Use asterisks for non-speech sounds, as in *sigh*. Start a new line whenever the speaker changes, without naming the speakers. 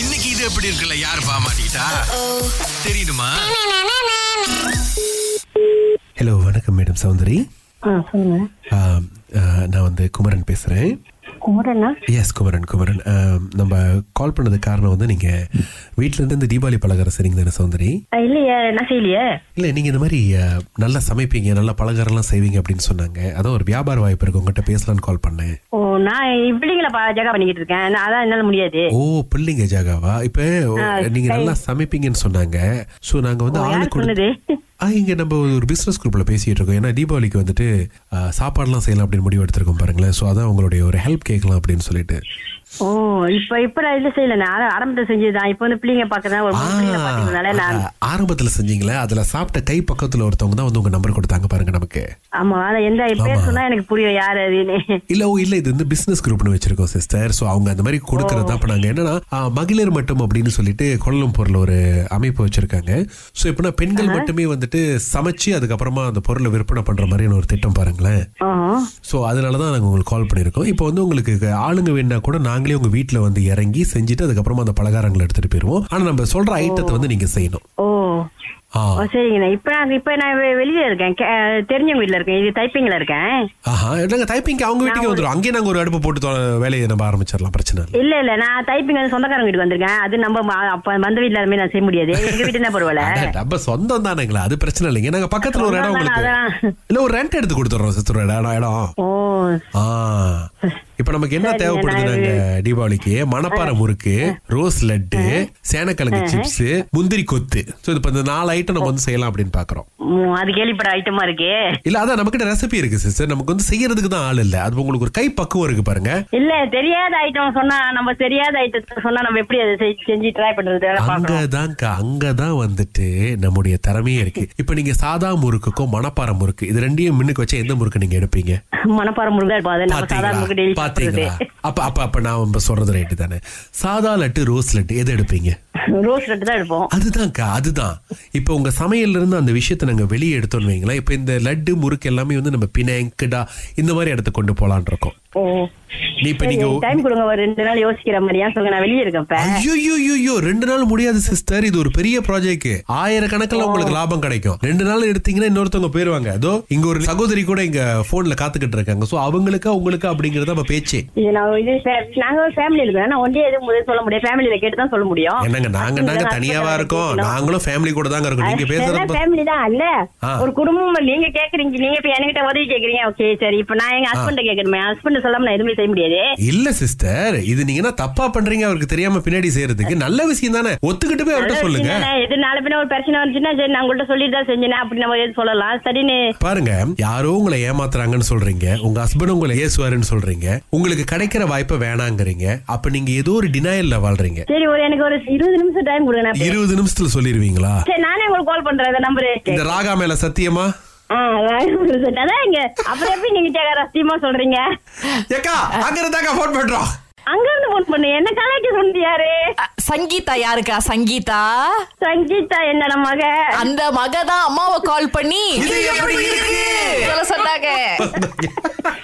இன்னைக்கு இது எப்படி இருக்குல்ல யார் பாமாட்டா தெரியுமா
ஹலோ வணக்கம் மேடம் சௌந்தரி
ஆ சொல்லுங்க
ஆம், ஆ, நான் வந்து குமரன் பேசுகிறேன்
குமரனா
எஸ் குமரன் குமரன் ஆ, நம்ம கால் பண்ணது காரணம் வந்து நீங்கள் வீட்டிலேருந்து இந்த தீபாவளி பலகாரம் சரிங்க தானே சௌந்தரி
ஆ, இல்லையே நான் செய்யலையே
இல்லை நீங்கள் இந்த மாதிரி ஆ, நல்லா சமைப்பீங்க நல்லா பலகாரம்லாம் செய்வீங்க அப்படின்னு சொன்னாங்க அதான் ஒரு வியாபார வாய்ப்பு இருக்கு உங்கள்கிட்ட பேசலான்னு கால் பண்ணேன்
ஓ நான் பிள்ளைங்கள பா ஜகா பண்ணிக்கிட்டு இருக்கேன் நான் அதான் என்னால முடியாது
ஓ பிள்ளைங்க ஜாகாவா இப்போ நீங்க நல்லா சமைப்பீங்கன்னு சொன்னாங்க ஸோ நாங்க வந்து
ஓ, யார்
ஆளு
சொன்னது?
கொடு ஆ இங்க நம்ம ஒரு பிசினஸ் குரூப்ல பேசிட்டு இருக்கோம் ஏன்னா தீபாவளிக்கு வந்துட்டு ஆ, சாப்பாடுலாம் செய்யலாம் அப்படின்னு முடிவு எடுத்திருக்கோம் பாருங்களேன் ஸோ அதான் உங்களுடைய ஒரு ஹெல்ப் கேட்கலாம் அப்படின்னு சொல்லிட்டு
ஓ இப்ப இப்ப நான் இல்ல செய்யல நான் அதான் ஆரம்பத்துல செஞ்சதுதான் இப்ப வந்து பிள்ளைங்க பாக்குறேன் ஒரு
ஆ,
மூணு பிள்ளைங்க பாக்குறதுனால நான்
ஆ, ஆரம்பத்துல செஞ்சீங்களே அதுல சாப்பிட்ட கை பக்கத்துல ஒருத்தவங்க தான் வந்து உங்க நம்பர் கொடுத்தாங்க பாருங்க நமக்கு
ஆமா அதான் எந்த பேர் சொன்னா எனக்கு புரியும் யாரு அதுன்னு
இல்ல ஓ இல்ல இது வந்து பிசினஸ் குரூப்னு வச்சிருக்கோம் சிஸ்டர் ஸோ அவங்க அந்த மாதிரி கொடுக்கறது தான் பண்ணாங்க என்னன்னா ஆ, மகளிர் மட்டும் அப்படின்னு சொல்லிட்டு கோலம்பூர்ல ஒரு அமைப்பு வச்சிருக்காங்க ஸோ எப்படின்னா பெண்கள் மட்டுமே வந்துட்டு சமைச்சு அதுக்கப்புறமா அந்த பொருளை விற்பனை பண்ற மாதிரியான ஒரு திட்டம் பாருங்களேன்
ஆ.
ஸோ அதனால தான் நாங்கள் உங்களுக்கு கால் பண்ணியிருக்கோம் இப்போ வந்து உங்களுக்கு ஆளுங்க வேணா கூட நாங்களே உங்கள் வீட்டில் வந்து இறங்கி செஞ்சுட்டு அதுக்கப்புறமா அந்த பலகாரங்களை எடுத்துகிட்டு போயிடுவோம் ஆனால் நம்ம சொல்கிற ஐட்டத்தை வந்து நீங்கள் செய்யணும்
ஓ
ஆ
ஓ சரிங்கண்ணா இப்ப நான் இப்ப நான் வெ- வெளியில இருக்கேன் கே- தெரிஞ்சவங்க வீட்டுல இருக்கேன் இது டைப்பிங்ல இருக்கேன்
ஆஹா நாங்கள் டைப்பிங்க்கு அவங்க வீட்டுக்கே வந்துடும் அங்கேயே நாங்கள் ஒரு அடுப்பு போட்டு தொ- வேலையை நம்ம ஆரம்பிச்சிடலாம் பிரச்சனை இல்லை
இல்ல இல்ல நான் டைப்பிங் வந்து சொந்தக்காரங்க வீட்டுக்கு வந்திருக்கேன் அது நம்ம ம- அப்ப வந்த வீட்டுல எல்லாமே நான் செய்ய முடியாது எங்க வீட்டுல
*laughs*
பரவாயில்ல
அட, நம்ம சொந்தம் தானேங்களா அது பிரச்சனை இல்லைங்க நாங்க பக்கத்துல ஒரு இடம்
சொந்தம் தானே,
உங்களுக்கு இல்ல ஒரு ரெண்ட் எடுத்து கொடுத்துறோம் சிஸ்டர் இடம் இடம்
ஓ
ஆ இப்ப நமக்கு என்ன தேவைப்படுது நாங்க தீபாவளிக்கு மணப்பாறை முறுக்கு ரோஸ் லட்டு சேனக்கிழங்கு சிப்ஸ் முந்திரி கொத்து சோ இது இப்ப இந்த நாலு ஐட்டம் நம்ம வந்து செய்யலாம் அப்படின்னு பாக்குறோம்
ம், அது கேள்விப்பட ஐட்டமா இருக்கு
இல்ல அதான் நமக்கிட்ட ரெசிபி இருக்கு சிஸ்டர் நமக்கு வந்து செய்யறதுக்கு தான் ஆள் இல்ல அது உங்களுக்கு ஒரு கை பக்குவம் இருக்கு பாருங்க
இல்ல தெரியாத ஐட்டம் சொன்னா நம்ம தெரியாத ஐட்டத்தை சொன்னா நம்ம எப்படி அதை செய்- செஞ்சு ட்ரை பண்றது அதெல்லாம் பாக்கணும்
அங்கதான்க்கா அங்கதான் வந்துட்டு நம்முடைய திறமையே இருக்கு இப்ப நீங்க சாதா முறுக்குக்கும் மணப்பாறை முறுக்கு இது ரெண்டையும் மின்னுக்கு வச்சா எந்த முறுக்கு நீங்க எடுப்பீங்க
மனப்பாறை முருகா இருப்போம் அதை நம்ம சாதாரண
பாத்தீங்களா
முருகன் டெய்லி
பாத்தீங்களா
சாப்பிடுறது
அப்ப அப்ப அப்ப நான் இப்ப சொல்றது ரைட்டு தானே சாதா லட்டு ரோஸ் லட்டு எது எடுப்பீங்க
ரோஸ் ரெட்டு தான் எடுப்போம்
அதுதான்க்கா அதுதான் இப்போ உங்க சமையல்ல இருந்து அந்த விஷயத்தை நாங்க வெளியே எடுத்தோம்னு வைங்களேன் இப்போ இந்த லட்டு முறுக்கு எல்லாமே வந்து நம்ம பினாங்கடா இந்த மாதிரி இடத்துக்கு கொண்டு போலான்னு இருக்கோம்
ஓ
நீ இப்ப நீங்க
டைம் கொடுங்க ஒரு ரெண்டு நாள் யோசிக்கிற மாதிரியா சொல்லுங்க நான் வெளியே இருக்கேன் இப்ப
ஐயோ ரெண்டு நாள் முடியாது சிஸ்டர் இது ஒரு பெரிய ப்ராஜெக்ட் ஆயிரக்கணக்கில் உங்களுக்கு லாபம் கிடைக்கும் ரெண்டு நாள் எடுத்தீங்கன்னா இன்னொருத்தவங்க போயிருவாங்க அதோ இங்க ஒரு சகோதரி கூட இங்க போன்ல காத்துக்கிட்டு இருக்காங்க சோ அவங்களுக்கு உங்களுக்கு அப்படிங்கறது நம்ம பேச்சே
இது நான் இது fa- நாங்க ஒரு ஃபேமிலி இருக்கோம் நான் ஒன்றே எதுவும் முதல்ல சொல்ல முடியாது ஃபேமிலியில கேட்டு தான் சொல்ல முடியும்
என்னங்க நாங்க நாங்க தனியாவா இருக்கோம் நாங்களும் ஃபேமிலி கூட தாங்க இருக்கோம் நீங்க பேசுறப்ப
ஃபேமிலி தான் இல்ல
ஆ.
ஒரு குடும்பம் நீங்க கேக்குறீங்க நீங்க இப்ப என்கிட்ட உதவி கேக்குறீங்க ஓகே சரி இப்ப நான் எங்க ஹஸ்பண்ட கேக்குறேன் ஹஸ்பண்ட் சொல்லாம நான் எதுவுமே செய்ய முடியாது
இல்ல சிஸ்டர் இது நீங்க என்ன தப்பா பண்றீங்க அவருக்கு தெரியாம பின்னாடி செய்யறதுக்கு நல்ல விஷயம் தானே ஒத்துக்கிட்டு போய் அவர்கிட்ட சொல்லுங்க
பிரச்சனை எது நாளை பின்ன ஒரு பிரச்சனை வந்துச்சுன்னா சரி நான் உங்கள்ட்ட சொல்லிட்டு தான் செஞ்சேன் அப்படி நம்ம எது சொல்லலாம் சரின்னு
பாருங்க யாரோ உங்களை ஏமாத்துறாங்கன்னு சொல்றீங்க உங்க ஹஸ்பண்ட் உங்களை ஏசுவாருன்னு சொல்றீங்க உங்களுக்கு கிடைக்கிற வாய்ப்பை வேணாங்கிறீங்க அப்ப நீங்க ஏதோ ஒரு டினாயல்ல வாழ்றீங்க
சரி ஒரு எனக்கு ஒரு இருபது நிமிஷம் டைம் கொடுங்க நான்
இருபது நிமிஷத்துல சொல்லிருவீங்களா
சரி நானே உங்களுக்கு கால் பண்றேன் இந்த நம்பரு
இந்த ராகா மேல சத்தியமா
ஆ அதான் இங்க அப்புறம் எப்படி நீங்க கேட்க ரசியமா சொல்றீங்க
ஏக்கா அங்க இருந்தாக்கா போன் பண்றோம்
அங்க இருந்து போன் பண்ணு என்ன கலாய்க்க சொன்னது யாரு
அ, சங்கீதா யாருக்கா சங்கீதா
சங்கீதா என்னோட மக
அந்த மக தான் அம்மாவை கால் பண்ணி
இது எப்படி இருக்கு
சொல்ல சொன்னாங்க